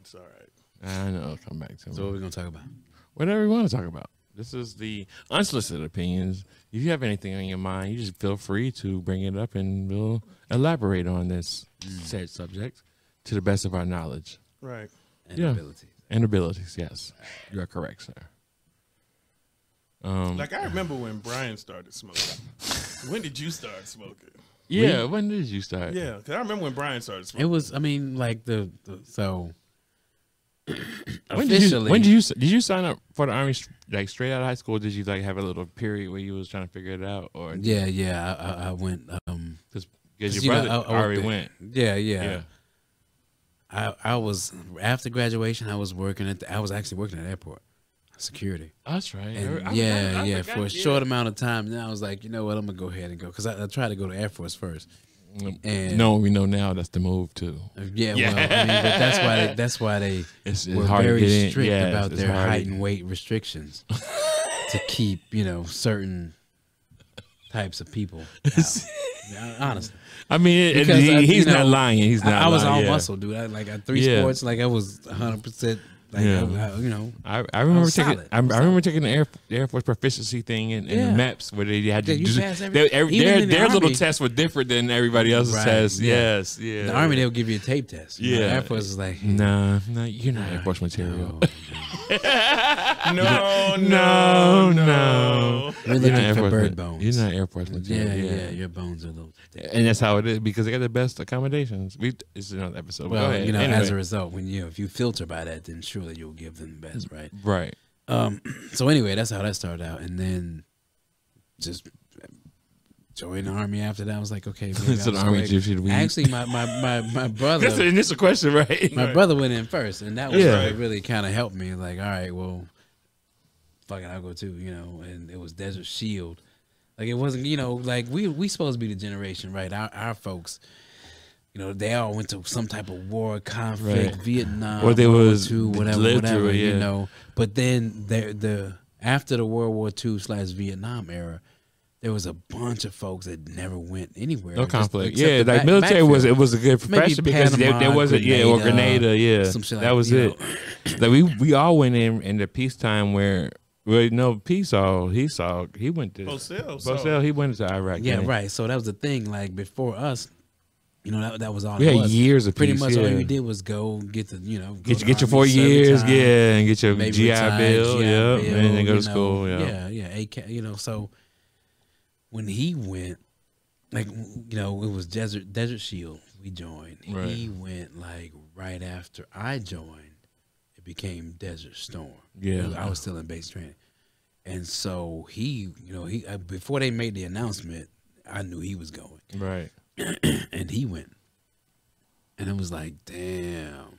It's all right. I know. I'll come back to So what it. are we gonna talk about? Whatever you want to talk about. This is the unsolicited opinions. If you have anything on your mind, you just feel free to bring it up, and we'll elaborate on this said subject to the best of our knowledge Right. And Yeah. abilities. and abilities. Yes, you are correct, sir. Um, Like I remember when Brian started smoking. when did you start smoking? yeah. When did you start? Yeah, 'cause I remember when Brian started It smoking. was. I mean, like the, the so. When did you, when did you did you sign up for the army s- like straight out of high school? Or did you like have a little period where you was trying to figure it out, or Yeah, yeah. I, I, I went. Um, because your you know, brother I- I went already there. went? Yeah, yeah. Yeah. I I was after graduation. I was working at. The, I was actually working at the airport, security. That's right. And I- I- yeah, I yeah. forgot, For a short amount of time, then I was like, you know what? I'm gonna go ahead and go because I, I tried to go to Air Force first. And No, we know now that's the move too. Yeah, well, I mean, but that's why they, that's why they It's, it's were hard to get very in. strict Yes, about it's their hard height to- and weight restrictions to keep you know certain types of people. Out. Yeah, Honestly, I mean, it, it- Because, he- uh, you he's not know, lying. He's not. I, I was lying, all yeah. muscle, dude. I like at three Yeah. sports, like I was 100. percent Like Yeah. I- I- you know, I, I remember was taking solid. I, I was I remember taking the Air, the Air Force proficiency thing in, in Yeah. the maps where they had to Yeah, you do pass every- their- every- even their, in the their little Army. tests were different than everybody else's Right, tests. yeah. Yes, yeah. the army they'll give you a tape test. You know, Yeah. Air Force is like Nah, nah, you're not Air Force material. no. no, No, no. no, no. We're You're not looking Air for Force bird ma- bones. You're not Air Force material. yeah, Yeah, yeah, Your bones are a little. thick. And that's how it is because they got the best accommodations. We it's another episode. but go Well, ahead. you know, Anyway. as a result, when you if you filter by that, then surely you'll give them the best, right? right. Um, so anyway, that's how that started out, and then just joined the army after that. I was like, okay, maybe So I'll the army just gives you the weed. Actually, my my my, my That's the brother, initial question, right? my brother went in first, and that was Yeah. what really kind of helped me. Like, all right, well, fucking, I'll go too, you know. And it was Desert Shield. Like it wasn't, you know, like we we supposed to be the generation, right? Our our folks, you know, they all went to some type of war conflict, Right. Vietnam, Or they World War was Two, whatever, literally, whatever, yeah. you know. But then the the after the World War Two slash Vietnam era, there was a bunch of folks that never went anywhere. No just conflict. except Yeah, the like back- military was backfield. it was a good Maybe profession because there, there Panama, wasn't yeah or Grenada, Grenada yeah some shit like- that was you it. like we we all went in in the peacetime where well no peace all he saw he went to Bosell, so- Bosell he went to Iraq Yeah, didn't he? right. So that was the thing. Like before us, you know, that, that was all. We it had was. years of pretty peace, much all yeah. you did was go get the you know go get to your, get your army, four serve years time, yeah and get your maybe GI retire, bill GI yeah Bill, and then go you to know, school yeah. yeah yeah AK you know so when he went like you know it was desert Desert Shield we joined Right. he went like right after I joined it became Desert Storm Yeah. I was still in base training and so he you know he uh, before they made the announcement I knew he was going right and he went. And it was like, damn.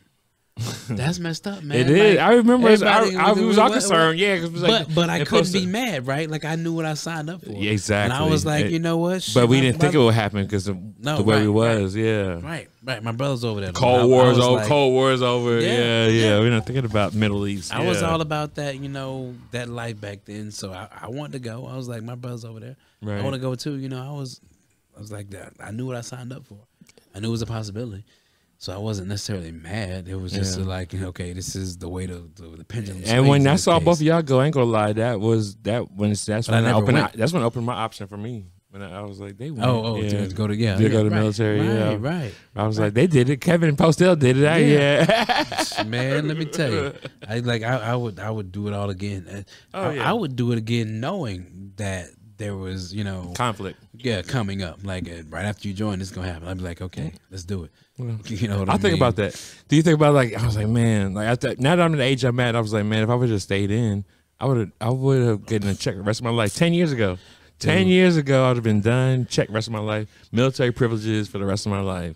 That's messed up, man. it is Like, I remember I, everybody- I, was all what- concerned yeah 'cause it was like but but I they're couldn't supposed to- be mad, right? Like I knew what I signed up for. Yeah, exactly. And I was like, It- you know what? but Shit, we my- didn't think it my- would happen because of No, the way we right, right. was yeah Right, right. My brother's over there. I- I Cold War's was over. like- Cold War's over. Yeah, yeah. Yeah, yeah. We're not thinking about Middle East. I was yeah. all about that, you know, that life back then. So I, I wanted to go. I was like, my brother's over there. Right. I want to go too. You know, I was, I was like that. I knew what I signed up for. I knew it was a possibility. So I wasn't necessarily mad. It was just Yeah. like, you know, okay, this is the way to the, the pendulum. And when I saw both of you, y'all go, I ain't gonna lie, that was that when it's, that's But I when I, never opened went. that's when I opened my option for me. When I, I was like, they went. oh, oh, yeah. to go to yeah, To yeah, go to right, military, right, yeah. right. I was like, they did it. Kevin Postel did it. I, yeah. man, let me tell you, I like I, I would I would do it all again. And Oh, I, yeah. I would do it again, knowing that there was you know Conflict. yeah coming up like uh, right after you join, it's gonna happen. I'd be like, okay, let's do it. You know, what I, I think mean? about that. Do you think about like I was like, man, like I th- now that I'm the age I'm at, I was like, man, if I would have stayed in, I would have I would have gotten a check the rest of my life. Ten years ago. Ten years ago I'd have been done, check rest of my life, military privileges for the rest of my life.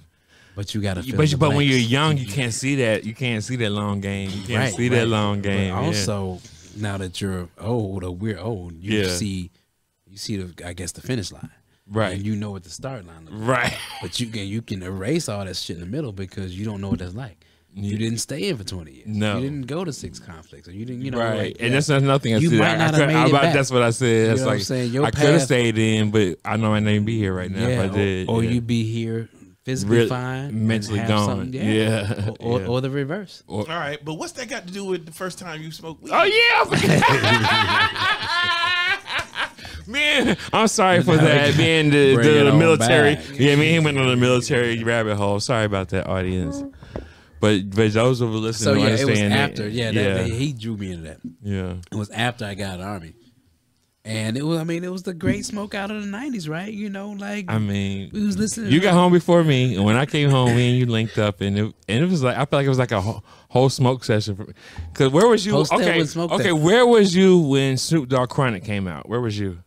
But you gotta. You- fill But in you, the but when blanks. Mm-hmm. you're young, you can't see that. You can't see that long game. You can't Right, see that right. long But game. yeah. also, now that you're old or we're old, you Yeah. see, you see the I guess the finish line, Right. And you know what the start line looks. right, But you can you can erase all that shit in the middle because you don't know what that's like. You didn't stay in for twenty years. No. you didn't go to six conflicts, or you didn't. You know, right, like, yeah. and that's another thing I You said. might I- I not have could- made I it about- back. That's what I said. That's know what like I'm saying? Your I could have path- stayed in, but I know I didn't be here right now. yeah, if I did, or, or yeah. you'd be here physically Really- fine, and mentally have gone. something- Yeah, Or, yeah. or the reverse. All right, but what's that got to do with the first time you smoked weed? Oh yeah, I forgot. man, I'm sorry for that. Me and the, Bring it the on military. back. Yeah, me and him went on the military rabbit hole. Sorry about that, audience. But but those who were So listening, yeah, will it was understand that- after. Yeah, yeah, That, he drew me into that. yeah. It was after I got out of the army, and it was. I mean, it was the great smoke out of the nineties, right? You know, like I mean, we was listening. you to- got home before me, and when I came home, me and you linked up, and it, and it was like I felt like it was like a whole, whole smoke session. For, Cause where was you? Post that okay, with smoke okay, that. where was you when Snoop Dogg Chronic came out? Where was you?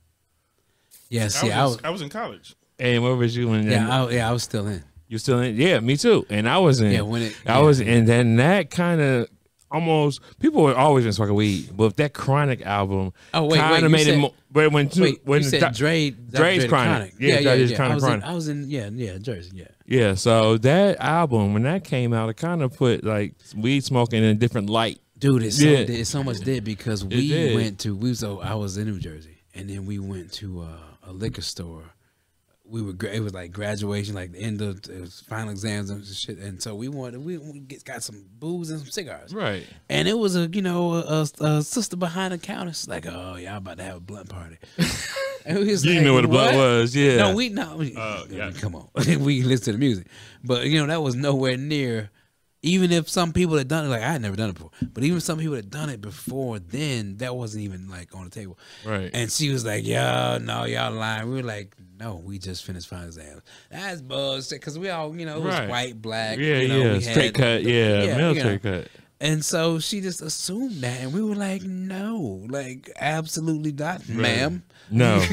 yeah. I, See, was, I was, I was in college. And where was you when? yeah, I, yeah, I was still in. You still in? Yeah, me too. And I was in. Yeah, when it- I yeah. was, and then that kind of almost people were always been smoking weed, but that Chronic album. Oh, wait, kinda wait, you made it said- more. But when two, Wait, when you said Doc- Dre, Dr. Dre's Dre the Chronic. Yeah, Yeah, yeah, Dre's yeah. Chronic I was, Chronic. In, I was in, yeah, yeah, Jersey, yeah. yeah, so that album when that came out, it kind of put like weed smoking in a different light. Dude, it's so, Yeah. did- it's so much did because we did. went to we so I was in New Jersey and then we went to uh, a liquor store. We were gra- it was like graduation, like the end of it was final exams and shit, and so we wanted we we get, got some booze and some cigars. Right. And it was a you know a, a, a sister behind the counter. She's like, "Oh, y'all about to have a blunt party." And we was You like, knew what a blunt was, yeah. No, we no. we- Oh, I mean, Come on, we listen to the music, but you know that was nowhere near. Even if some people had done it, like I had never done it before, but even some people had done it before then, that wasn't even like on the table. Right. And she was like, "Yo, no, y'all lying." We were like, "No, we just finished final exams." That's bullshit because we all, you know, it was Right. white, black, yeah, you know, yeah. we Straight had- cut. Yeah, you military know. cut. And so she just assumed that, and we were like, "No, like absolutely not, ma'am. No.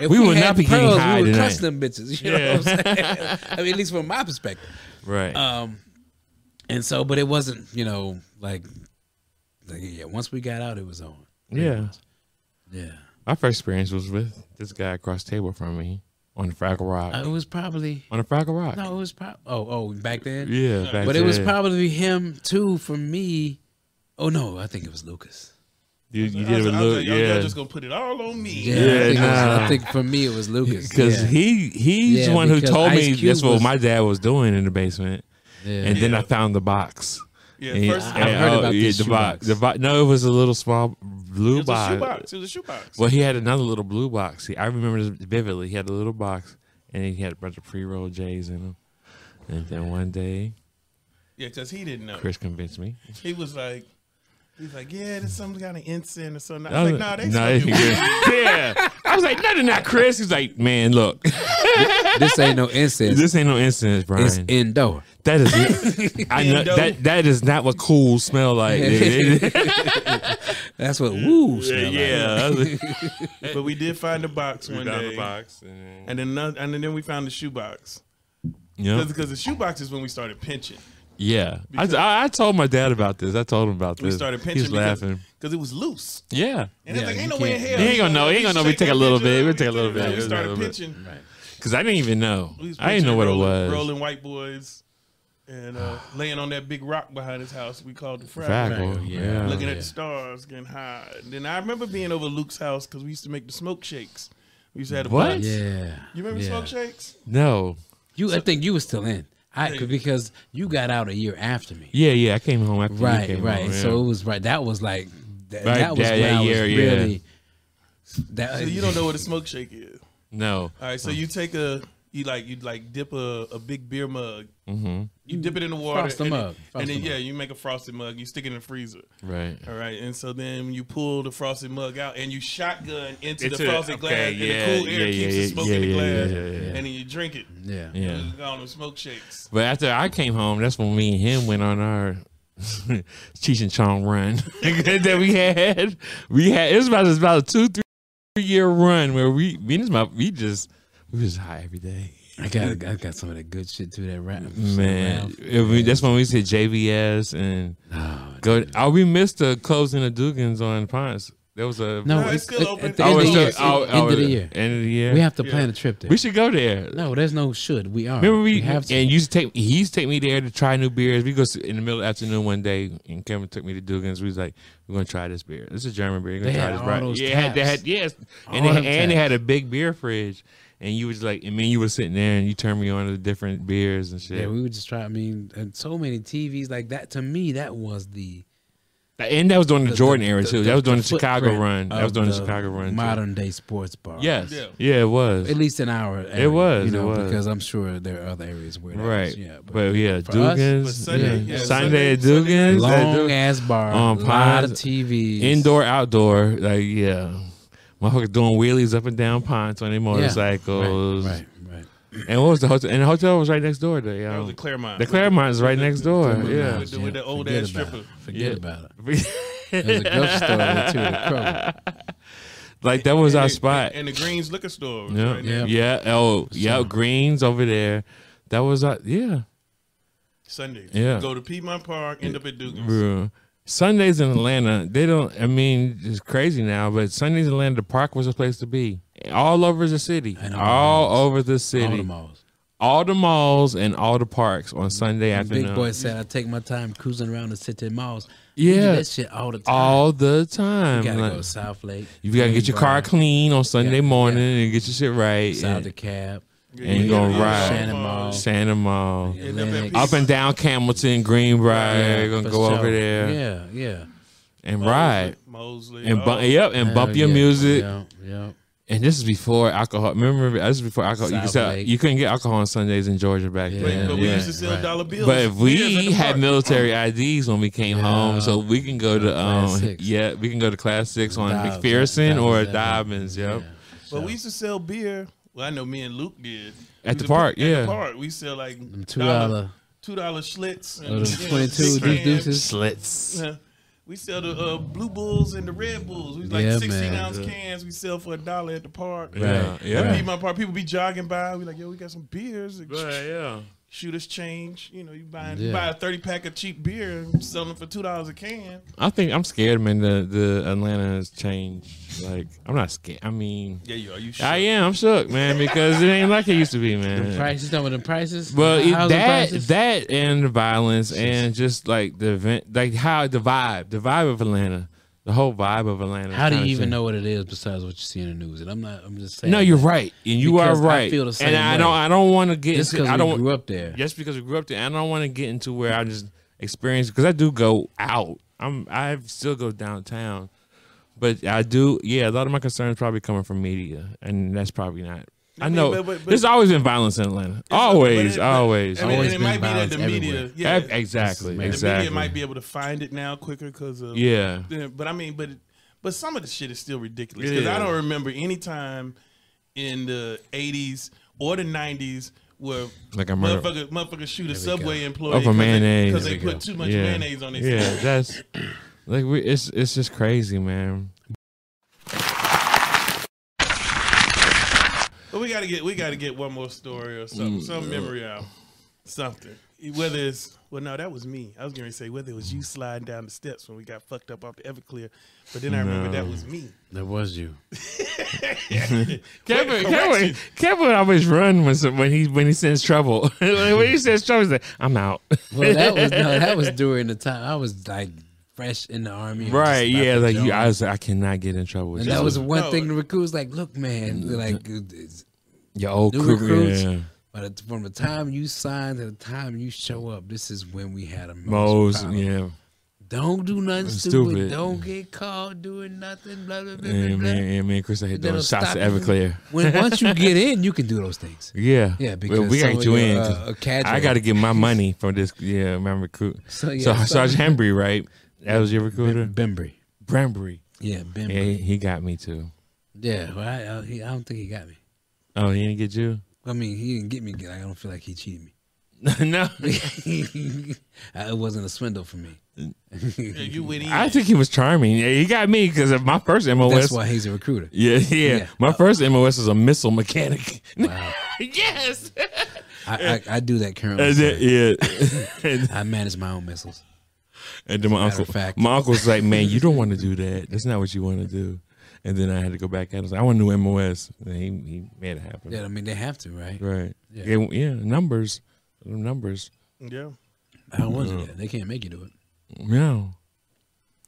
If We will had not be getting pearls, high We would tonight. crush them bitches. You know what I'm saying? I mean, at least from my perspective. right. Um, and so, but it wasn't, you know, like, like yeah. Once we got out, it was on. yeah. Yeah, My first experience was with this guy across the table from me on the Fraggle Rock. Uh, it was probably on the Fraggle Rock. no, it was probably oh oh back then. Yeah, back but it was then. probably him too for me. Oh no, I think it was Lucas. you, you did I it was, with I was Luke, like, y'all, yeah. y'all just gonna put it all on me. Yeah, I, Yeah, think it was- I nah. think for me it was Lucas Because yeah. he he's Yeah, the one who because told Ice me Cube that's what was- my dad was doing in the basement, Yeah. and then Yeah. I found the box. Yeah, And- first- and- I've heard about this the box. shoebox. The box. No, it was a little small It blue was a box. shoebox. It was a shoebox. Well, he had another little blue box. He, I remember this vividly. He had a little box, and he had a bunch of pre-roll J's in him. And then one day, Yeah, because he didn't know. Chris convinced me. He was like, he's like, yeah, there's some kind of incense or something. I I was was like, nah, they "Nah, they smoking can weed." get it." yeah. I was like, no, they're not, Chris. He's like, man, look, this ain't no incense. this ain't no instance, Brian. It's indoor. That is, I know Indo. that that is not what cool smell like. yeah, That's what woo smell like. yeah. But we did find the box one day. box. And then another, and then we found the shoebox. Yeah, Because the shoebox is when we started pinching. yeah. I, I, I told my dad about this. I told him about this. We started pinching He's laughing. because it was loose. Yeah, And it's Yeah, like, you ain't no way in can't- hell. He ain't gonna know. He ain't gonna know. We shake take a that little bitch bit. up. We take a little bit. We We take a started little bit. pinching. because I didn't even know. We was I didn't know pinching, what it rolling- was. Rolling white boys and uh, laying on that big rock behind his house. We called the frat. Fraggle. Oh, Fraggle, yeah. Yeah. looking at the stars, getting high. And then I remember being over Luke's house because we used to make the smoke shakes. We used to have the What? blunts. Yeah. You remember yeah. smoke shakes? No. You, I think you were still in. I because you got out a year after me. Yeah, yeah. I came home after Right, you came right. home. yeah. So it was right. That was like that, Right, that was that- when that I was year, yeah. really. That So you don't know what a smoke shake is. no. All right, so you take a you like you like dip a, a big beer mug. Mm-hmm. You dip it in the water. Frost 'em and then- up. Frost and then 'em yeah, you make a frosted mug. You stick it in the freezer. Right. All right, and so then you pull the frosted mug out and you shotgun into Into the it, frosted okay, glass, yeah, and the cool air yeah, keeps yeah, the smoke yeah, in the yeah, yeah, glass, yeah, yeah. and then you drink it. Yeah. Yeah. You got on the smoke shakes. But after I came home, that's when me and him went on our Cheech and Chong run that we had. We had it was about it was about a two three year run where we me and his mom we just we was high every day. I got I got some of that good shit through that rap. Man, it- we- that's when we said JVS and No, go. Oh, we missed the closing of Dugans on Ponce. There was a no, No, it's it's, still it- open. at the Oh, end, of, it's the year, still- oh, end oh, of the year. End of the year. We have to Yeah. plan a trip there. We should go there. no, there's no should. We are. Remember we, have to. and you used to take he used to take me there to try new beers. We go s- in the middle of the afternoon one day, and Cameron took me to Dugan's. We was like, "We're gonna try this beer. This is a German beer. We're gonna They try had this all right." those yeah, they had, taps. yes, and All they, them and they taps. had a big beer fridge, and you was like, and me and you were sitting there, and you turned me on to the different beers and shit. Yeah, we would just try. I mean, and so many TVs like that. To me, that was the and that was during the, the- Jordan the- era the- too. That was during the, Chicago footprint run. That was of during the, Chicago run. too. Modern day sports bar. Yes. Yeah. Yeah. it was. at least an hour. Area, was, you it know, was. because I'm sure there are other areas where that right. Is, yeah, but, but, yeah, for us, Dugan's. but Sunday- yeah. yeah, Sunday at Sunday- Sunday- Dugan's. at long Dugan's. ass bar, Um, lot of Pines, TVs, Indoor, outdoor. Like, yeah. Motherfuckers doing wheelies up and down ponds on their Yeah. motorcycles. Right, right, right. And what was the hotel? And the hotel was right next door. The, That was um, the Claremont. the Claremont is right next door. Come on now, Yeah. With the- with the Jim, old forget ass about stripper. it. Forget Yeah. about it. There's a grocery store with two of the Kroger. like, that was And our the- spot. And the Greens Liquor Store. was Yeah. right there. Yeah. there. Oh, yeah. Greens over there. That was, our, yeah. Sunday. Yeah. Go to Piedmont Park, end up at Dugan's. Bro. Sundays in Atlanta, they don't. I mean, it's crazy now, but Sundays in Atlanta, the park was a place to be. All over the city, And all the all malls. over the All city, the all malls. the, malls and all the parks on Sunday afternoon. Big boy said, "I take my time cruising around the city malls. We do Yeah. that shit all the time. all the time. you gotta Like, go to South Lake. you gotta get your car Greenbrier, clean on Sunday Yeah, morning and get your shit right. South the and cab. And you gonna ride. Shannon Mall. Santa Mall, Yeah. End up at Atlantic. up and down Camelton, Greenbrier, Yeah, gonna for go sure. over there Yeah, yeah. and Mosley- ride Mosley. and oh, bump, yep, and bump Hell your yeah. music. Yeah, yeah. And this is before alcohol. Remember, this is before alcohol. You, could South sell, Lake. you couldn't get alcohol on Sundays in Georgia back Yeah. But, then. but we yeah. used to sell right. dollar bills. But if Beers at we the had park. military IDs when we came home, so we can go to Class um, Six. yeah, we can go to class six on Dobbs, McPherson Dobbs, or yeah. Dobbins. Yep. But we used to sell beer. Well, I know me and Luke did At the We used to park, put- at yeah. the park. We sell like Them two dollar, two dollar Schlitz or and them yeah, twenty two six deuce cans. deuces. Slits. Yeah. We sell the uh, blue bulls and the red bulls. We like Yeah, sixteen man. ounce cans. We sell for a dollar at the park. Yeah. Right, Yeah. That'd be my part. People be jogging by. We like, yo, we got some beers. yeah. Shoot us change. You know, you buy Yeah. you buy a thirty pack of cheap beer, and sell them for two dollars a can. I think I'm scared, man. The the Atlanta has changed. Like I'm not scared. I mean, Yeah, you are. You I am. I'm shook, man, because it ain't like it used to be, man. The prices, talking about the prices. Well, the it, housing that prices? that and the violence and just like the event, like how the vibe, the vibe of Atlanta, the whole vibe of Atlanta. How do you kinda even changed. know what it is besides what you see in the news? And I'm not. I'm just saying. No, you're right, and you Because are I right. feel the same and I way. don't, I don't want to get. just Into, because I we don't grew up there. just because we grew up there. I don't want to get into where I just experience because I do go out. I'm I still go downtown, but I do. Yeah, a lot of my concerns probably coming from media, and that's probably not. I, mean, know but- but- but- there's always been violence in Atlanta. Always, But it- but- always. I mean, Always and it been might be that violence the media, everywhere. yeah, Ev- exactly, the exactly. media might be able to find it now quicker because of yeah. Yeah, but I mean, but but some of the shit is still ridiculous Yeah. because I don't remember any time in the '80s or the '90s where Like a murder- motherfucker motherfucker shoot a subway employee Over mayonnaise. because they, There we put go. too much yeah. mayonnaise on their Yeah, sandwich. that's like we. It's it's just crazy, man. But we gotta get we gotta get one more story or something, some memory out, something. Whether it's well, no, that was me. I was gonna say whether it was you sliding down the steps when we got fucked up off the Everclear, but then I remember that was me. That was you. Kevin, Wait, Kevin, correction. Kevin always run when some, when he when he sends trouble. like, when he sends trouble, he's like, "I'm out." Well, that was no, that was during the time I was like fresh in the army. and right? just about Yeah. to Like you, join. I was like, I cannot get in trouble with and you. that was one No. thing the recruit was like, "Look, man, like it's- your old new crew. recruits. Yeah. by the, from the time you sign to the time you show up, this is when we had a most. Mo's, problem. yeah, Don't do nothing stupid. Stupid. Don't get caught doing nothing. Blah blah blah. blah, and blah. man, and me and Chris had That'll those shots stop to you. Everclear. When once you get in, you can do those things. Yeah, Yeah, But because we some got of you your, in. uh, 'cause uh, cadre- I got to get my money from this. Yeah, my recruit. So, So, yeah, so some- Sergeant Hembry, right? That was your recruiter, Bembry. Brembry. Yeah, Yeah, Bembry. he, he got me too. Yeah, well, I, I, he, I don't think he got me. Oh, he didn't get you. I mean, he didn't get me. Good. I don't feel like he cheated me. no, it wasn't a swindle for me. Yeah, you went in. I think he was charming. Yeah, he got me because of my first MOS. That's why he's a recruiter. Yeah, yeah, Yeah. My first MOS was a missile mechanic. yes. I, I, I do that currently. And sir. then, yeah. and, I manage my own missiles. and then my Matter uncle, of fact. my uncle's like, "Man, you don't want to do that. That's not what you want to do." And then I had to go back at him. I, was like, I want a new MOS. And he he made it happen. Yeah, I mean they have to, right? Right. Yeah. Yeah. yeah. Numbers. Numbers. yeah. I don't want to do that. They can't make you do it. No.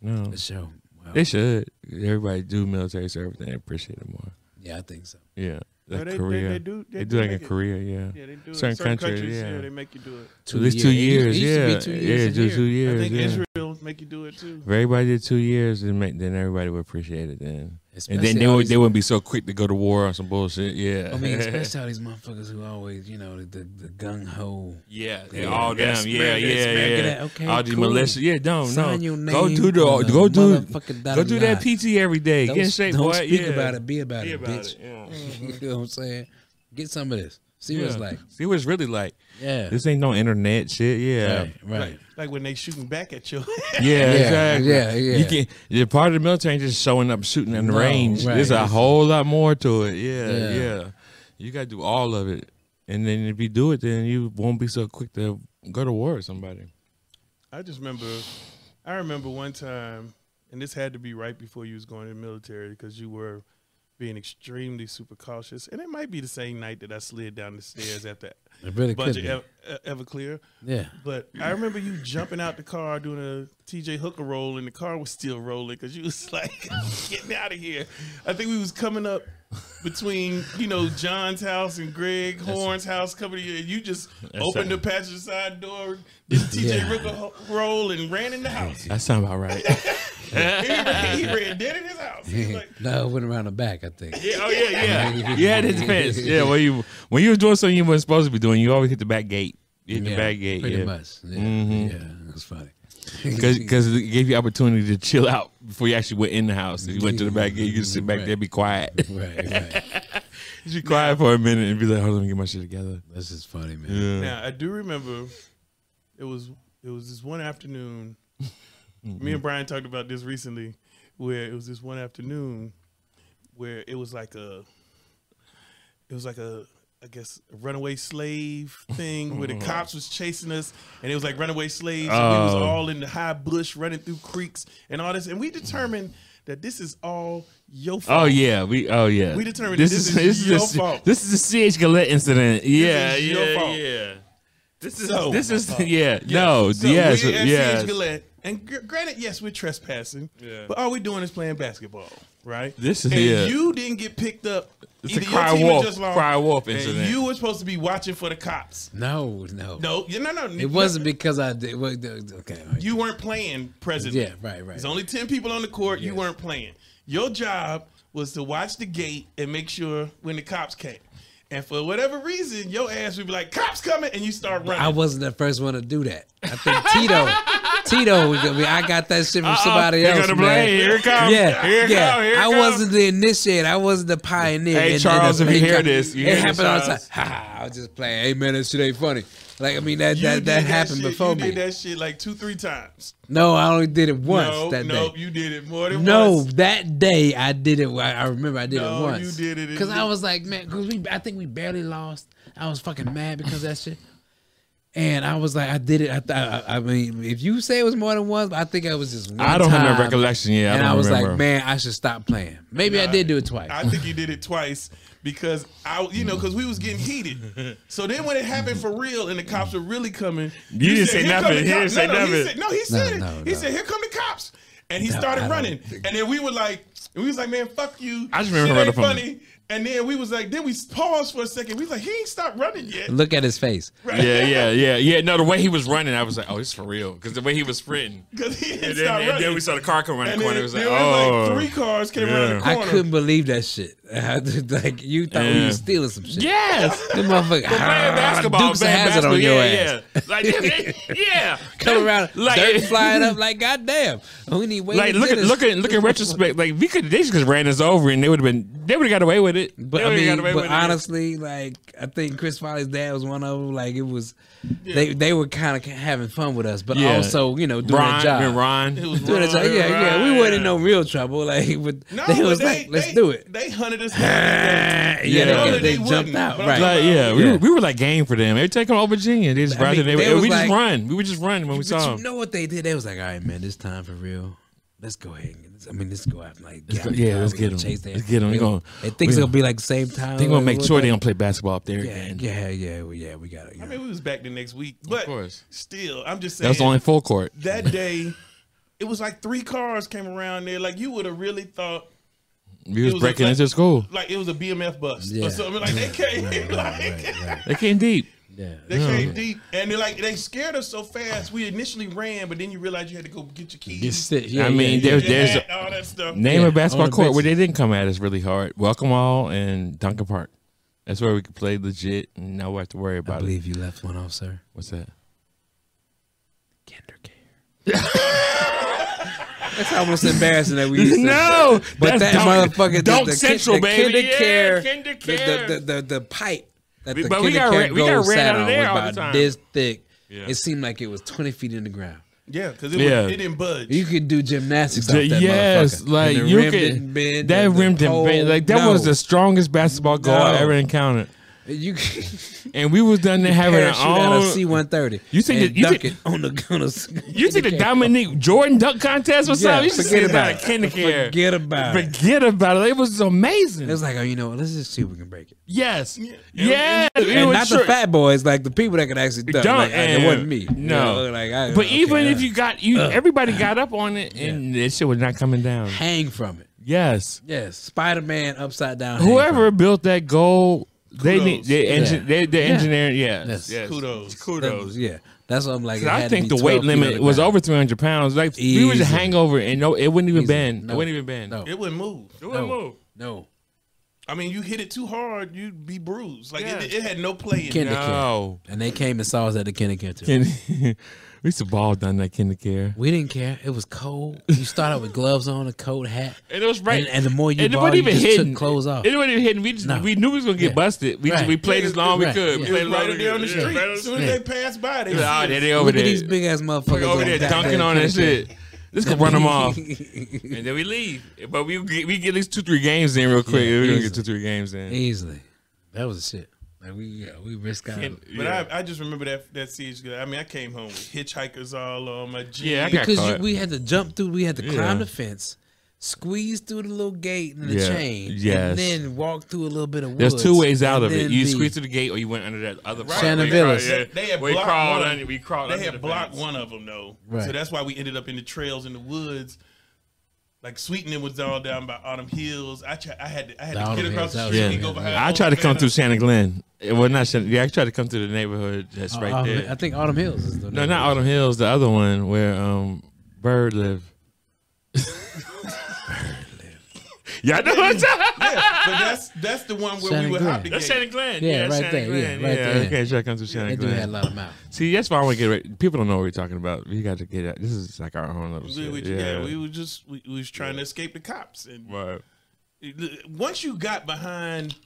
No. The show. Wow. They should. Everybody do military service. They appreciate it more. Yeah, I think so. Yeah. No, Like they- they- Korea. they do- they do like in make it. Korea, yeah. Yeah, they do it. Certain Certain, countries, countries, yeah. yeah. they make you do it. Two At least two years, It used to yeah, be two years yeah, in just two here. years. I think yeah. Israel make you do it too. If everybody did two years, then make, then everybody would appreciate it. Then and Especially then they all would these- they wouldn't be so quick to go to war or some bullshit. Yeah, I mean, especially all these motherfuckers who always, you know, the, the, the gung ho. yeah, Yeah, yeah, all them. Yeah, yeah, smack it, yeah, smack it yeah. out. Okay, all these cool. militia. Yeah, don't Oh, no. Sign your name Go do on the the go do motherfucking go dotted do that line. PT every day. Don't, Get in shape, don't boy. speak yeah. about it. Be about Be it, about bitch. Mm. it. Yeah. you know what I'm saying? Get some of this. See what it's Yeah. like. See what it's really like. Yeah. This ain't no internet shit. Yeah, Right. Right. Like, like when they shooting back at you. Yeah, Yeah, exactly. yeah, yeah. You can. The part of the military ain't just showing up shooting in the No, range. right. There's a whole lot more to it. Yeah, Yeah. yeah. You got to do all of it, and then if you do it, then you won't be so quick to go to war with somebody. I just remember, I remember one time, and this had to be right before you was going to the military because you were being extremely super cautious. And it might be the same night that I slid down the stairs after It really could budget be. ever, E-, Everclear. yeah. But I remember you jumping out the car doing a TJ Hooker roll, and the car was still rolling because you was like, getting out of here. I think we was coming up between you know John's house and Greg Horn's house coming here. You just opened the passenger side door, did TJ Yeah. Hooker ho- roll, and ran in the house. That sound about right. He ran, he ran dead in his house. He was like, no, it went around the back, I think. yeah. Oh yeah. Yeah. yeah. It depends. Yeah. When you when you was doing something you weren't supposed to be doing, you always hit the back gate. You hit Yeah, the back gate. Pretty yeah. Mm-hmm. much. Yeah. Yeah. That's funny. Because it gave you opportunity to chill out before you actually went in the house. If you went to the back gate, you could sit back Right. there, be quiet. right, right. You should quiet for a minute and be like, hold on, let me get my shit together. This is funny, man. Yeah. Now I do remember it was it was this one afternoon. Mm-hmm. me and Brian talked about this recently, where it was this one afternoon where it was like a it was like a I guess a runaway slave thing where the cops was chasing us and it was like runaway slaves. So we was Mm-hmm. Oh. all in the high bush running through creeks and all this and we determined that this is all your fault. Oh yeah, we. Oh yeah. We determined that this is your this, fault. This is the CH Gillette incident. Yeah, is yeah, your fault. yeah. This is So- this is My fault. yeah. No, So yes, we at yes. CH Gillette, and gr- granted, yes, we're trespassing, Yeah. but all we're doing is playing basketball, right? This is- and yeah. you didn't get picked up. It's Either a your cry team was wolf, just long, cry wolf and incident. You were supposed to be watching for the cops. No, no, No, you- no, no. It wasn't because I did. Well, the- okay, all right. You weren't playing presently. Yeah, right, right. There's only ten people on the court. You Yes. weren't playing. Your job was to watch the gate and make sure when the cops came. And for whatever reason, your ass would be like, "Cops coming!" and you start running. I wasn't the first one to do that. I think Tito, Tito, was gonna be- I got that shit from somebody You're else, gonna man. blame. Here it comes. Yeah, Here it yeah. comes. Here it I comes. wasn't the initiator. I wasn't the pioneer. Hey, Charles, if you hear this, you hear it this, happened all the time. Charles. Ha, ha, I was just playing. Hey, man, that shit ain't funny. Like I mean, that You that, did that happened shit- before you me. did that shit like two, three times. No, I only did it once no, that no, day. you did it more than No, once. that day I did it. I I remember I did No, it you once. did it. because I was like, man, because we, I think we barely lost. I was fucking mad because of that shit. And I was like, I did it. I, th- I, I mean, if you say it was more than once, but I think I was just. One I don't have no time. recollection. Yeah, I and don't I was remember. like, man, I should stop playing. Maybe I did do it twice. I think you did it twice because I, you know, because we was getting heated. So then when it happened for real and the cops were really coming, You didn't say "Here come nothing. the He didn't cops." say no, no, He nothing. said, no, he said No, it. no, he no. said, "Here come the cops." And he No, I started don't running, think- and then we were like, and we was like, "Man, fuck you!" I just remember Shit running ain't from him. funny. And then we was like, then we paused for a second. We was like, "He ain't stopped running yet." Look at his face. Right? yeah, yeah, yeah, yeah. No, the way he was running, I was like, oh, this is for real. Because the way he was sprinting, because he didn't and stop then, running. and then we saw the car come around the And corner. then It was like, there was oh, like three cars came Yeah. around the I corner. couldn't believe that shit. like you thought we Yeah. was stealing some shit. yes. This motherfucker But playing basketball, Ah, Dukes of playing Hazard basketball, on your yeah, ass. yeah. Like, yeah, yeah. Come around, Like- dirt flying up like goddamn. We need way Like, to look do at this. look at look at retrospect. Like, we could they just could ran us over, and they would have been they would have got away with it. But they I would've mean, got away but with honestly, like I think Chris Farley's dad was one of them. Like it was, they they were kind of having fun with us, but Yeah. also you know it. doing Brian, their job. and Ron. It was Doing their job. Ron, Yeah, yeah. We Ron. weren't in no real trouble. Like, but No, they but was like, let's do it. They hunted us. yeah, Yeah. they, Well, they they jumped wouldn't, out. but I'm Right. talking Like, yeah, we, Yeah. Were, we were like game for them. Every time they come over Virginia, they just I ride mean, to they them. was We just like- run. We would just run when we saw But you them. know what they did? They was like, all right, man, this time for real. Let's go ahead. And get this. I mean, let's go out and like, go- out yeah, the car. let's We get gonna 'em. chase their- Let's get 'em. We they gonna- And things we- gonna be like the same time. They gonna make Like, sure what they don't play basketball up there Yeah, again. yeah, yeah, well, yeah. We got it. I mean, we was back the next week, but course. still, I'm just That saying was the only full court. that day, it was like three cars came around there. Like you would have really thought We It was, was breaking a- into school. Like it was a BMF bus Yeah. or something. Like they came, like They came deep. Yeah. they came deep, and they like they scared us so fast. We initially ran, but then you realize you had to go get your keys. Get sick. Yeah, I mean, yeah, there's- yeah. Your there's hat, all that stuff. Name Yeah, a on basketball the court bench. where they didn't come at us really hard. Welcome all and Duncan Park. That's where we could play legit and no have to worry I about it. believe you left one off, sir. What's that? Kinder care. That's almost embarrassing that we used to No, But that's that Dunk- motherfucker, the- Dunk the, kid- Central, the baby. Kinder Yeah, care, Kinder the- Care. The, the, the, the pipe that We- the but kinder we got care ran- we got gold ran sat out of on there was all the about time. this thick. Yeah. It seemed like it was twenty feet in the ground. Yeah, because it, Yeah. was- it didn't budge. You could do gymnastics off that yes, motherfucker. like And the you rim could. didn't bend, that and the rim didn't pole- bend. Like that was no. the strongest basketball goal I No. ever encountered. you could And we was done there having parachute out our of own. C one thirty. You think that- you dunk think- it on the on the- You think the Dominique Jordan dunk contest was Yeah, something? You should forget see about about it. Kinder Care. Forget about it. Forget about it. It was amazing. It's like, oh, you know, what? let's just see if we can break it. yes, yes. it and was not the true. fat boys, like the people that could actually dunk. Dunk, Like, I- it and- wasn't me. You no. know, like, I- But okay, uh, even all if right. you got you, everybody got up on it, and that shit was not coming down. hang from it, Yes, yes, Spider Man upside down. hang from whoever it. built that goal, they Kudos. need they Yeah. engi- they, they Yeah. engineering. Yes, Yes. yes. Kudos. kudos. yeah, that's what I'm like. it I had to think be the weight 12 feet on limit the was ground. over 300 pounds. Like we was a Easily. hangover, and no, it wouldn't even Easily. bend. No. It wouldn't even bend. No. It wouldn't move. It wouldn't No. move. No, I mean, you hit it too hard, you'd be bruised. Like Yeah. it, it had no play in it. Kinder care. No. And they came and saw us at the kinder care too. Can, we used to ball down that kindergarten. We didn't care. It was cold. You start out with gloves on, a coat, hat. And it was right. And, and the more you it ball, wasn't you even just hidden. took clothes off. It wasn't even hidden. We just, No. we knew we was gonna get Yeah. busted. We just, Right. we played as long as Right. we could. We It Yeah. played was as long right as up we there on the could. street. Yeah. As soon as they passed by, they Ah, see there it. they over Look there. at these big ass motherfuckers over on there the dunking goddamn on that Kinder shit. Let's go run them off, and then we leave. But we get, we get at least two three games in real quick. Yeah, We're gonna easily. get two three games in. Easily, that was the shit. Like we, yeah, we risk out. And- but Yeah. I, I just remember that that siege. I mean, I came home with hitchhikers all on my jeans. Yeah, I got because you, caught. we had to jump through. We had to Yeah. climb the fence, squeeze through the little gate and the Yeah. chain, Yes. and then walk through a little bit of woods. There's two ways out and of it. then You the- squeeze through the gate, or you went under that other. part. Shannon We crawled- Villas. yeah. They had we blocked crawled one. under. We crawled. They under had the blocked fence. one of them though, Right. so that's why we ended up in the trails in the woods. Like Sweetening was all down by Autumn Hills. I try, I had to, I had The to Autumn get across Hills, the that street Yeah, was- and go behind. I tried to Old come Vanna. through Shannon Glen. It- Well, not Shannon. Yeah, I tried to come through the neighborhood that's right Autumn- there. Uh, I think Autumn Hills. Is the no, not Autumn Hills. The other one where um Bird lived. Bird lived. Y'all know what I'm talking. Yeah, but that's that's the one where Shannon we would Glen. hop the That's gate. Shannon Glenn. Yeah, Yeah, right Shannon there, Glenn. yeah, right yeah, there. Okay, sure, come to Shannon They do Glenn. had a lot of mouth. See, that's why I want to get ready. People don't know what we're talking about. We got to get out. This is like our own little We, shit. we, yeah. we were just we, we was trying to escape the cops, and right. once you got behind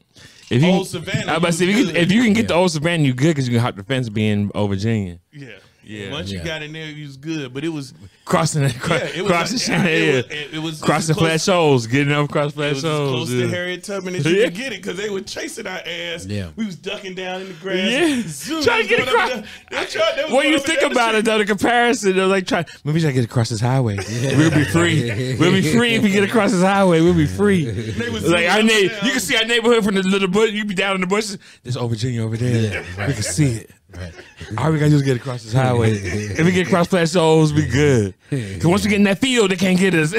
If you, Old Savannah, I about to say, you if you, can, good. if you can get the old Savannah, you good because you can hop the fence being old Virginia. Yeah. Yeah. Once Yeah. you got in there, it was good. But it was Crossing that, yeah, cro- it was crossing Shannon Hill. It, was- it was Crossing it Flat was close- Shoals. Getting up across It Flat was as close Shoals. to Yeah. Harriet Tubman as you Yeah. could get it because they were chasing our ass. Yeah. We was ducking down in the grass. Yeah. zoom, Trying to get going up across- and down. They tried- they was What going do you up and think down the about it street. though? The comparison, they're like, try maybe try to get across this highway. We'll be free. We'll be free if we get across this highway. We'll be free. They was Like our zooming up and neighbor, down. you can see our neighborhood from the little bush. You be down in the bushes. There's old Virginia over there. We can see it. Right. All we gotta do is get across this highway. if we get across Flat Shoals, we good. Cause once we get in that field, they can't get us.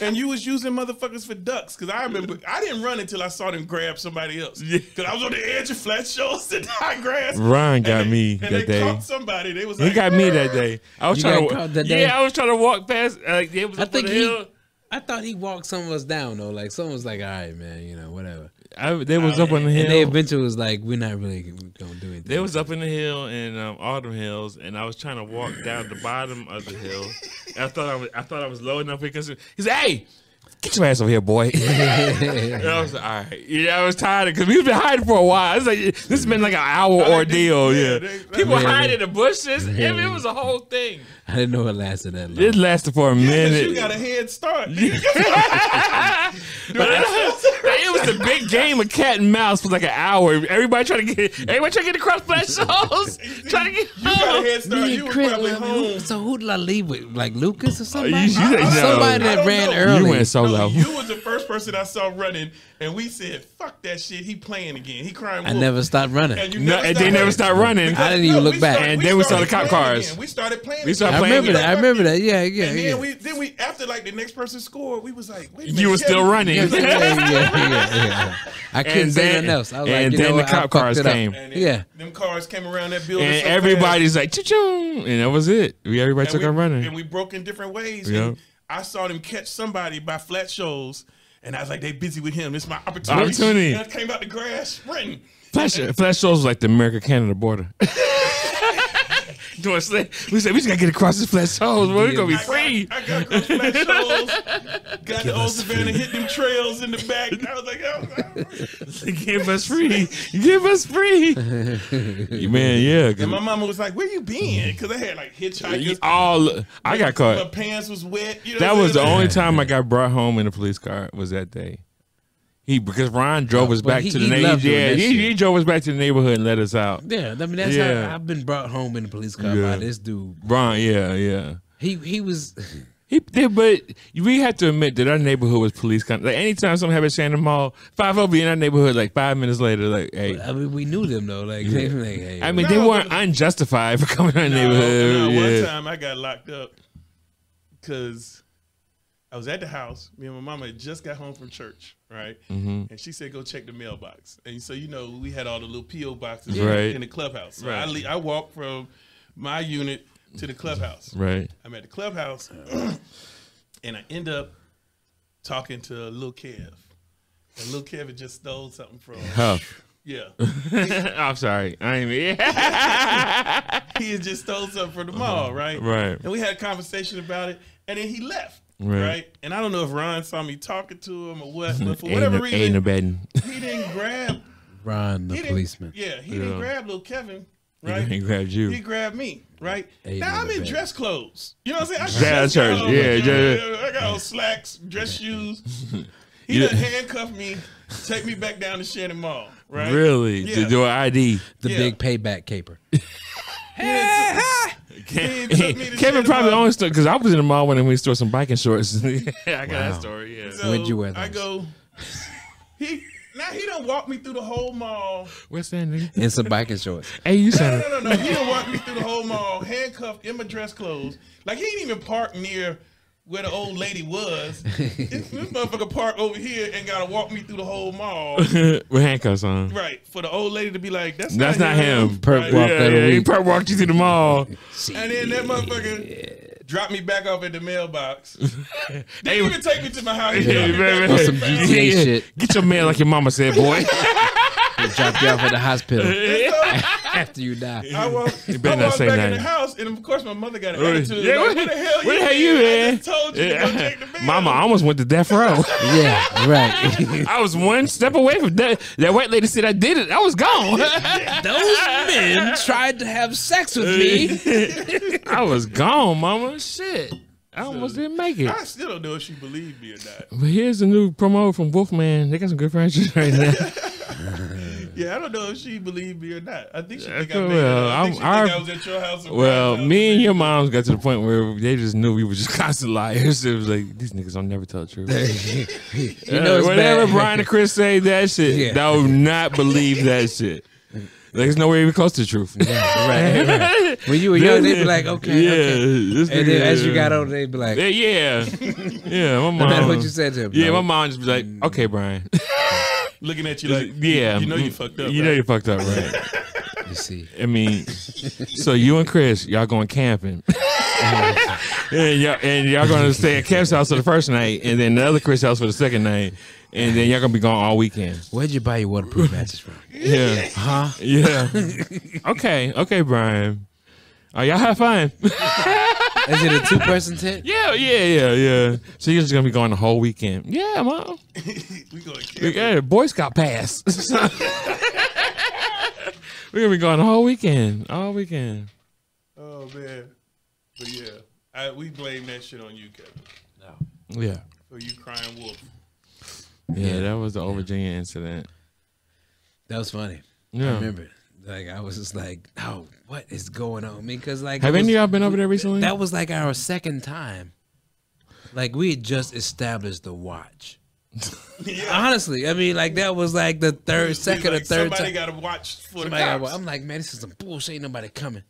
And you was using motherfuckers for ducks because I remember I didn't run until I saw them grab somebody else Yeah. because I was on the edge of Flat Shoals and high grass. Ron got And- me and that they day. Caught somebody. They was He like, got me that day. I was You trying got to. caught that day? Yeah, I was trying to walk past. Uh, it was I up on think the he. hill. I thought he walked some of us down though. Like someone was like, "All right, man, you know, whatever." I, they was up on the hill. And they eventually was like, "We're not really gonna do anything." They was up in the hill in um, Autumn Hills, and I was trying to walk down the bottom of the hill. And I thought I was, I thought I was low enough because he said, "Hey, get your ass over here, boy." and I was like, "All right." Yeah, I was tired because we've been hiding for a while. It's like this has been like an hour ordeal. yeah, Yeah, they- people Yeah. hide in the bushes. I mean, it was a whole thing. I didn't know it lasted that long. It lasted for a "Yeah, 'cause minute. you got a head start. but I- it it was the big game of cat and mouse for like an hour. Everybody trying to get everybody trying to get across flat shows. trying to get You got home. a head start. Me You and were Chris- probably well, I mean, who- home. so who did I leave with? Like Lucas or somebody? Oh, you said no. Somebody I that don't ran know. You early. You went solo. No, you was the first person I saw running, and we said, "Fuck that shit." He playing again. He crying. I wolf. never stopped running. And you No, and they never stopped start running. I didn't even No, look we back. started- And then we saw started the cop playing cars. again. We started playing. We started again. I playing remember with that. I remember that. Yeah, yeah, And yeah. then we then we after like the next person scored, we was like, wait a minute, You were yeah, still we- running. yeah, yeah, yeah, yeah, yeah. I couldn't And say then- nothing else. I was and like, you then know the what? I cop fucked cars it up. came. And then Yeah. them cars came around that building, so And fast. everybody's like, choo and that was it. We everybody And took we- our running. and we broke in different ways. Yeah. And I saw them catch somebody by flat shows, and I was like, they busy with him. This is my opportunity. Opportunity. And I came out the grass sprinting. Flash, Flash shows like the America Canada border. Doing sla- we said we just gotta get across this flash shows, bro. We gonna be I got- free. I got across flat shows, got the old Savannah, hit them trails in the back. And I was like, oh, oh. Give us free. Give us free. Man, yeah. 'cause and my mama was like, where you been? Because I had like you hitchhikers. All I got My caught. pants was wet. You know That what I'm was the saying? only time I got brought home in a police car was that day. He because Ron drove us Oh, but back he- to the he neighborhood. loved doing Yeah, that he, shit. he drove us back to the neighborhood and let us out. Yeah, I mean that's Yeah. how I've been brought home in the police car Yeah. by this dude. Ron, yeah, yeah. He he was He did, but we have to admit that our neighborhood was police. Con- like anytime something happened at Shannon Mall, five will be in our neighborhood. Like five minutes later, like hey, I mean we knew them though. Like, they were like hey, I mean they No, weren't unjustified for coming to our No, neighborhood. no, yeah. One time I got locked up because I was at the house. Me and my mama had just got home from church, right? Mm-hmm. And she said, "Go check the mailbox." And so you know, we had all the little PO boxes Right. in the clubhouse. So I, Right. le- I walked from my unit to the clubhouse. Right. I'm at the clubhouse, and I end up talking to Lil Kev. And Lil Kev had just stole something from. Oh, Yeah, I'm sorry. I ain't yeah. he had just stole something from the mall, right? Uh-huh. Right. And we had a conversation about it, and then he left. Right. Mm-hmm. Right. And I don't know if Ron saw me talking to him or what, but for Ain't no, whatever ain't no reason, betting. he didn't grab. Ron the He didn't, policeman. Yeah, he Yeah. didn't grab little Kevin. He Right. grabbed He you. grabbed me. Right. Ain't now no I'm in bet. dress clothes. You know what I'm saying? I got Yeah, dress church. clothes. Yeah, yeah, I got on slacks, dress shoes. He You- done handcuffed me, take me back down to Shannon Mall. Right. Really? Yeah. To do an ID. The Yeah. big payback caper. He done took- he done took me to Kevin Shannon probably Mall. only stood because I was in the mall when we store some biking shorts. yeah, I got Wow. that story. Yeah. So When'd you wear I those? go. He now he don't walk me through the whole mall. What's that? nigga? And some biking shorts. Hey, you No, sounded. no, no, no. He don't walk me through the whole mall, handcuffed in my dress clothes. Like he ain't even parked near where the old lady was. This, this motherfucker parked over here and gotta walk me through the whole mall. with handcuffs on. Right. For the old lady to be like, that's, That's not him. Perp Right. walk. Yeah, that yeah, he week. probably walked you through the mall. And then that motherfucker dropped me back off at the mailbox. Didn't even take me to my house. Yeah, Dropped man, me back man. off. On some GTA shit. Get your mail like your mama said, boy. Drop you off at the hospital And so, after you die. I walked, I better not walked say back in nothing. the house, and of course my mother got an Yeah, attitude. Yeah, what- like, where the hell where you the hell you been? I been?" just told you to go take the bill. Mama I almost went to death row. Yeah, right. I was one step away from that. That white lady said I did it. I was gone. Those men tried to have sex with me. I was gone, mama. Shit. I almost didn't make it. I still don't know if she believed me or not. But here's the new promo from Wolfman. They got some good franchise right now. Yeah, I don't know if she believed me or not. I think she think I cool. made it. up. I think she Well, think I I'm- was at your house. and Well, Brian's house. me and your moms got to the point where they just knew we were just constant liars. It was like these niggas don't never tell the truth. You know it's whatever bad. Brian and Chris say that shit, Yeah. I would not believe that shit. Like it's nowhere even close to the truth. Right, right. When you were young, they'd be like, okay, yeah, okay. this And then nigga- as you got older, they'd be yeah, like, yeah, yeah. My mom, no matter what you said to him. Mm. yeah, no. my mom just be like, okay, Brian, looking at you like, yeah, you know you fucked up. you know right? you fucked up, right? You see. I mean, so you and Chris, y'all going camping. and y'all and y'all gonna stay at Kev's house for the first night, and then the other Chris house for the second night, and then y'all gonna be gone all weekend. Where'd you buy your waterproof mattress from? Yeah. Huh? Yeah. okay. Okay, Brian. Oh, y'all have fun. Is it a two person tent? yeah, yeah, yeah, yeah. So you're just gonna be going the whole weekend. Yeah, mom. we going to We kill. got a Boy Scout pass. We're gonna be going the whole weekend. All weekend. Oh man, but yeah, I, we blame that shit on you, Kevin, Yeah. for you crying wolf. Yeah, Yeah. that was the old Virginia incident. That was funny. I Yeah. remember. it. Like I was just like, oh, what is going on? Because like, Have it any of was- y'all been over there recently? That was like our second time. Like we had just established the watch. Honestly, I mean, like that was like the third, second like, or third Somebody time. got to watch for Somebody got- the cops. I'm like, man, this is some bullshit. Ain't nobody coming.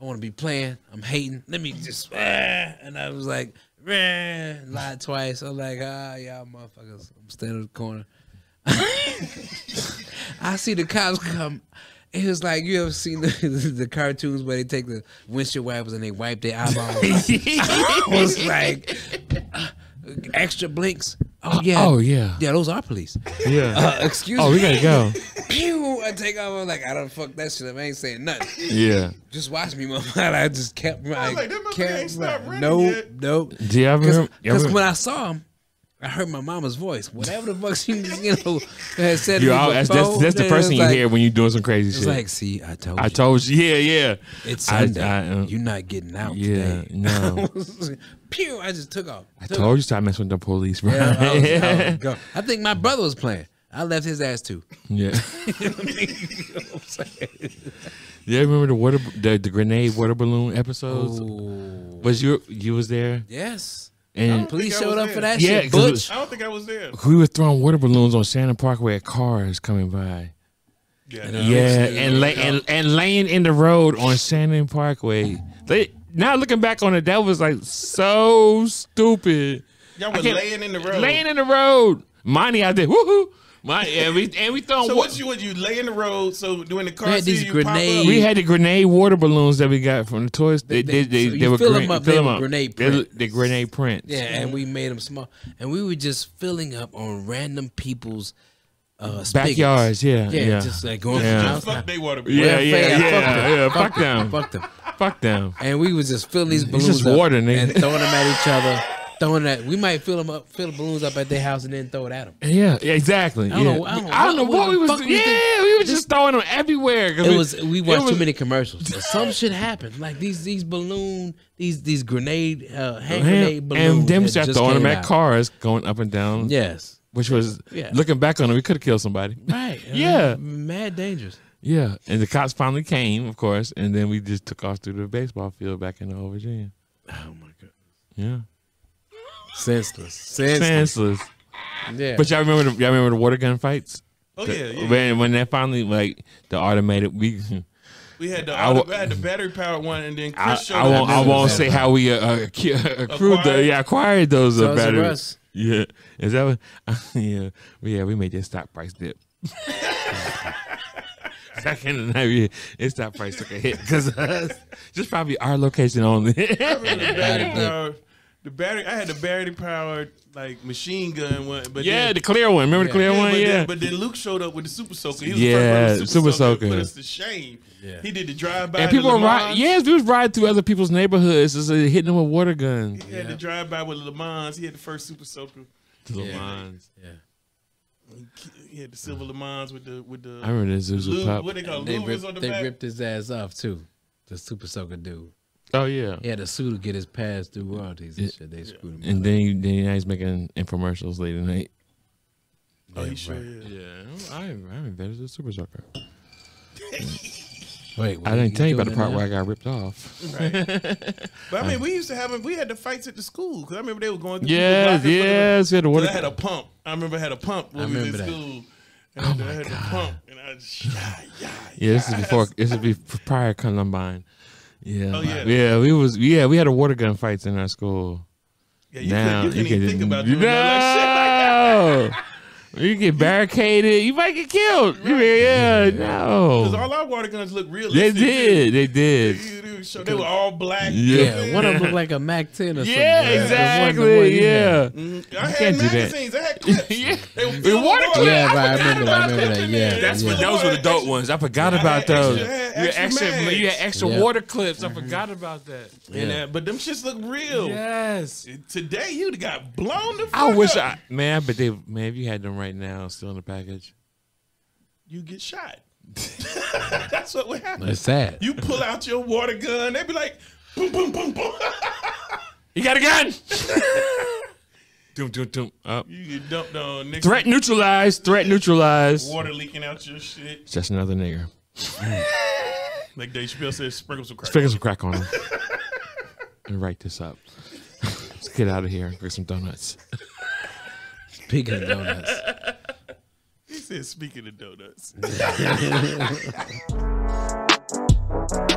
I want to be playing. I'm hating. Let me just. ah," And I was like, "Ah," lied twice. I'm like, ah, y'all motherfuckers. I'm standing in the corner. I see the cops come. It was like you ever seen the, the cartoons where they take the windshield wipers and they wipe their eyeballs. I was like, "Ah, extra blinks. Oh yeah. Oh, yeah. Yeah, those are police. Yeah. Uh, excuse oh, me. we gotta go. Pew! I take off. I'm like, I don't fuck that shit up. I ain't saying nothing. Yeah. Just watch me, mother. I just kept my. like, that motherfucker ain't stopped running nope, yet. nope. Do y'all remember? y'all Because remember- when I saw him, I heard my mama's voice. Whatever the fuck she, you know, had said. to you me all, that's, that's, before, that's the it first was thing like- you hear when you're doing some crazy It's shit. like, see, I told I you. told you. Yeah, yeah. It's I- Sunday. I, uh, You're not getting out Yeah, today. no. Pew! I just took off. I told you stop messing with the police, bro. Yeah, I, was- I Yeah. was gone. I think my brother was playing. I left his ass too. yeah. You know what I'm saying? You remember the water, the, the grenade water balloon episodes? Oh. Ooh. Was you you was there Yes. and think Police I showed was up for there. that Yeah, shit. 'cause it Butch. I don't think I was there. we were throwing water balloons on Shannon Parkway at cars coming by. Yeah, And, no. uh, Yeah, Obviously, and, lay, and and laying in the road on Shannon Parkway. They now looking back on it, that was like so stupid. y'all I were can't- laying in the road. Laying in the road, Monty out there, woohoo! Monty, and we and we throwing. so wa- what you would you lay in the road? So doing the car They had see these you grenades. we had the grenade water balloons that we got from the toys. They they, They- so they, you they were fill green, 'em up, fill they 'em were up. grenade They, prints. the grenade prints. Yeah, and we made them small, and we were just filling up on random people's uh, spigots. backyards. Yeah, Yeah, yeah, just like going Yeah. pop up. from house. Fuck, they water. yeah, yeah, yeah. yeah, fuck yeah, them. Fuck them. Fuck them. Fuck them. And we was just filling these balloons just up water, nigga. and throwing them at each other. Throwing that, we might fill them up, fill the balloons up at their house, and then throw it at them. Yeah, yeah, exactly. I don't yeah. know- I don't know know what- what, what we the was. fuck doing. we yeah, we were just throwing them everywhere. 'cause It was we watched it was- too many commercials. And some shit happened, like these these balloon, these these grenade, uh, hand grenade And, balloons, and them that start just throwing them came at out. cars going up and down, Yes, which was Yeah. looking back on it, we could have killed somebody. right. I mean, Yeah. mad dangerous. Yeah, and the cops finally came, of course, and then we just took off through the baseball field back in old Virginia. Oh my god, Yeah, senseless, senseless. senseless. Yeah, But y'all remember the, y'all remember the water gun fights? Oh yeah, yeah. When when that finally like the automated we We had the I wa- I had the battery powered one, and then Chris I, showed I up. won't I remember won't that. say how we uh, uh, accu- accrued the, Acquired? yeah acquired those uh, Toys R batteries. Us. Yeah, is that what? yeah, we- yeah. We made that stock price dip. Back in the night, yeah, its stock price took a hit because just probably our location only. the battery powered. The battery. I had the battery powered like machine gun one, but Yeah, then, the clear one. Remember the clear yeah, one? but, yeah. Then, but then Luke showed up with the super soaker. He was Yeah, the first one Super with the super, soaker. Soaker. Put us to shame. Yeah. He did the drive by. and people are riding. Yes, dudes ride through other people's neighborhoods, just uh, hitting them with water guns. He had the drive by with Le Mans. He had the first super soaker. Yeah. yeah. He had the silver Le Mans with the with the. I remember this Zuzu Lube- Pop. What they call They, Louis on the ripped, they back? ripped his ass off too. The super soaker dude. Oh yeah. He had a sue to get his pass through royalties and shit. They screwed him. And then he, then he- now he's making infomercials late at night. Oh, he sure right. is. Yeah, I I invented the super sucker. Wait, what I didn't tell you about the doing part now? where I got ripped off. But I mean, we used to have we had the fights at the school because I remember they were going. through Yes, people's lockers for the- yes. We had the Well, water. I had a pump. I remember I had a pump when I we was in remember that. school. And I had- I had a pump, and I just, yeah, yeah, Oh yeah, this is before. This would be prior Columbine. Yeah, Oh, yeah. yeah. We was yeah. We had a water gun fights in our school. yeah. You now couldn't, you couldn't even can think about just, doing that. Like, shit, like, no. You get barricaded. You might get killed. You mean, yeah, because no. all our water guns look They realistic. did. They too. did. You do show- They were all black. Yeah. Yeah, one of them looked like a Mac 10 or something. Yeah, The one- the one exactly. you Yeah. Mhm. I You had can't do that. magazines. I had clips. Yeah. They were filled with water water. clips. I Yeah, right, I forgot remember that, about I remember clips that, in yeah, there. That's yeah. what- the those were the water- dope ones. I forgot about extra- those. I had you had extra extra, Mm-hmm. you had mags. extra Yeah. water clips. I forgot about that. And, uh, but them shits look real. Yes. Today you'd have got blown the fuck I wish I up. man, but they man, if you had them right now, still in the package. you get shot. That's what would happen. had. It's sad. You pull out your water gun, they be like, boom, boom, boom, boom. You got a gun? Doom, doom, doom. Up. You get dumped on next Threat neutralized. Threat neutralized. water leaking out your shit. Just another nigger. Like Dave Chappelle says, sprinkle some crack. Figure some crack on him. and write this up. Let's get out of here and get some donuts. Big Hut Donuts. He said, speaking of donuts.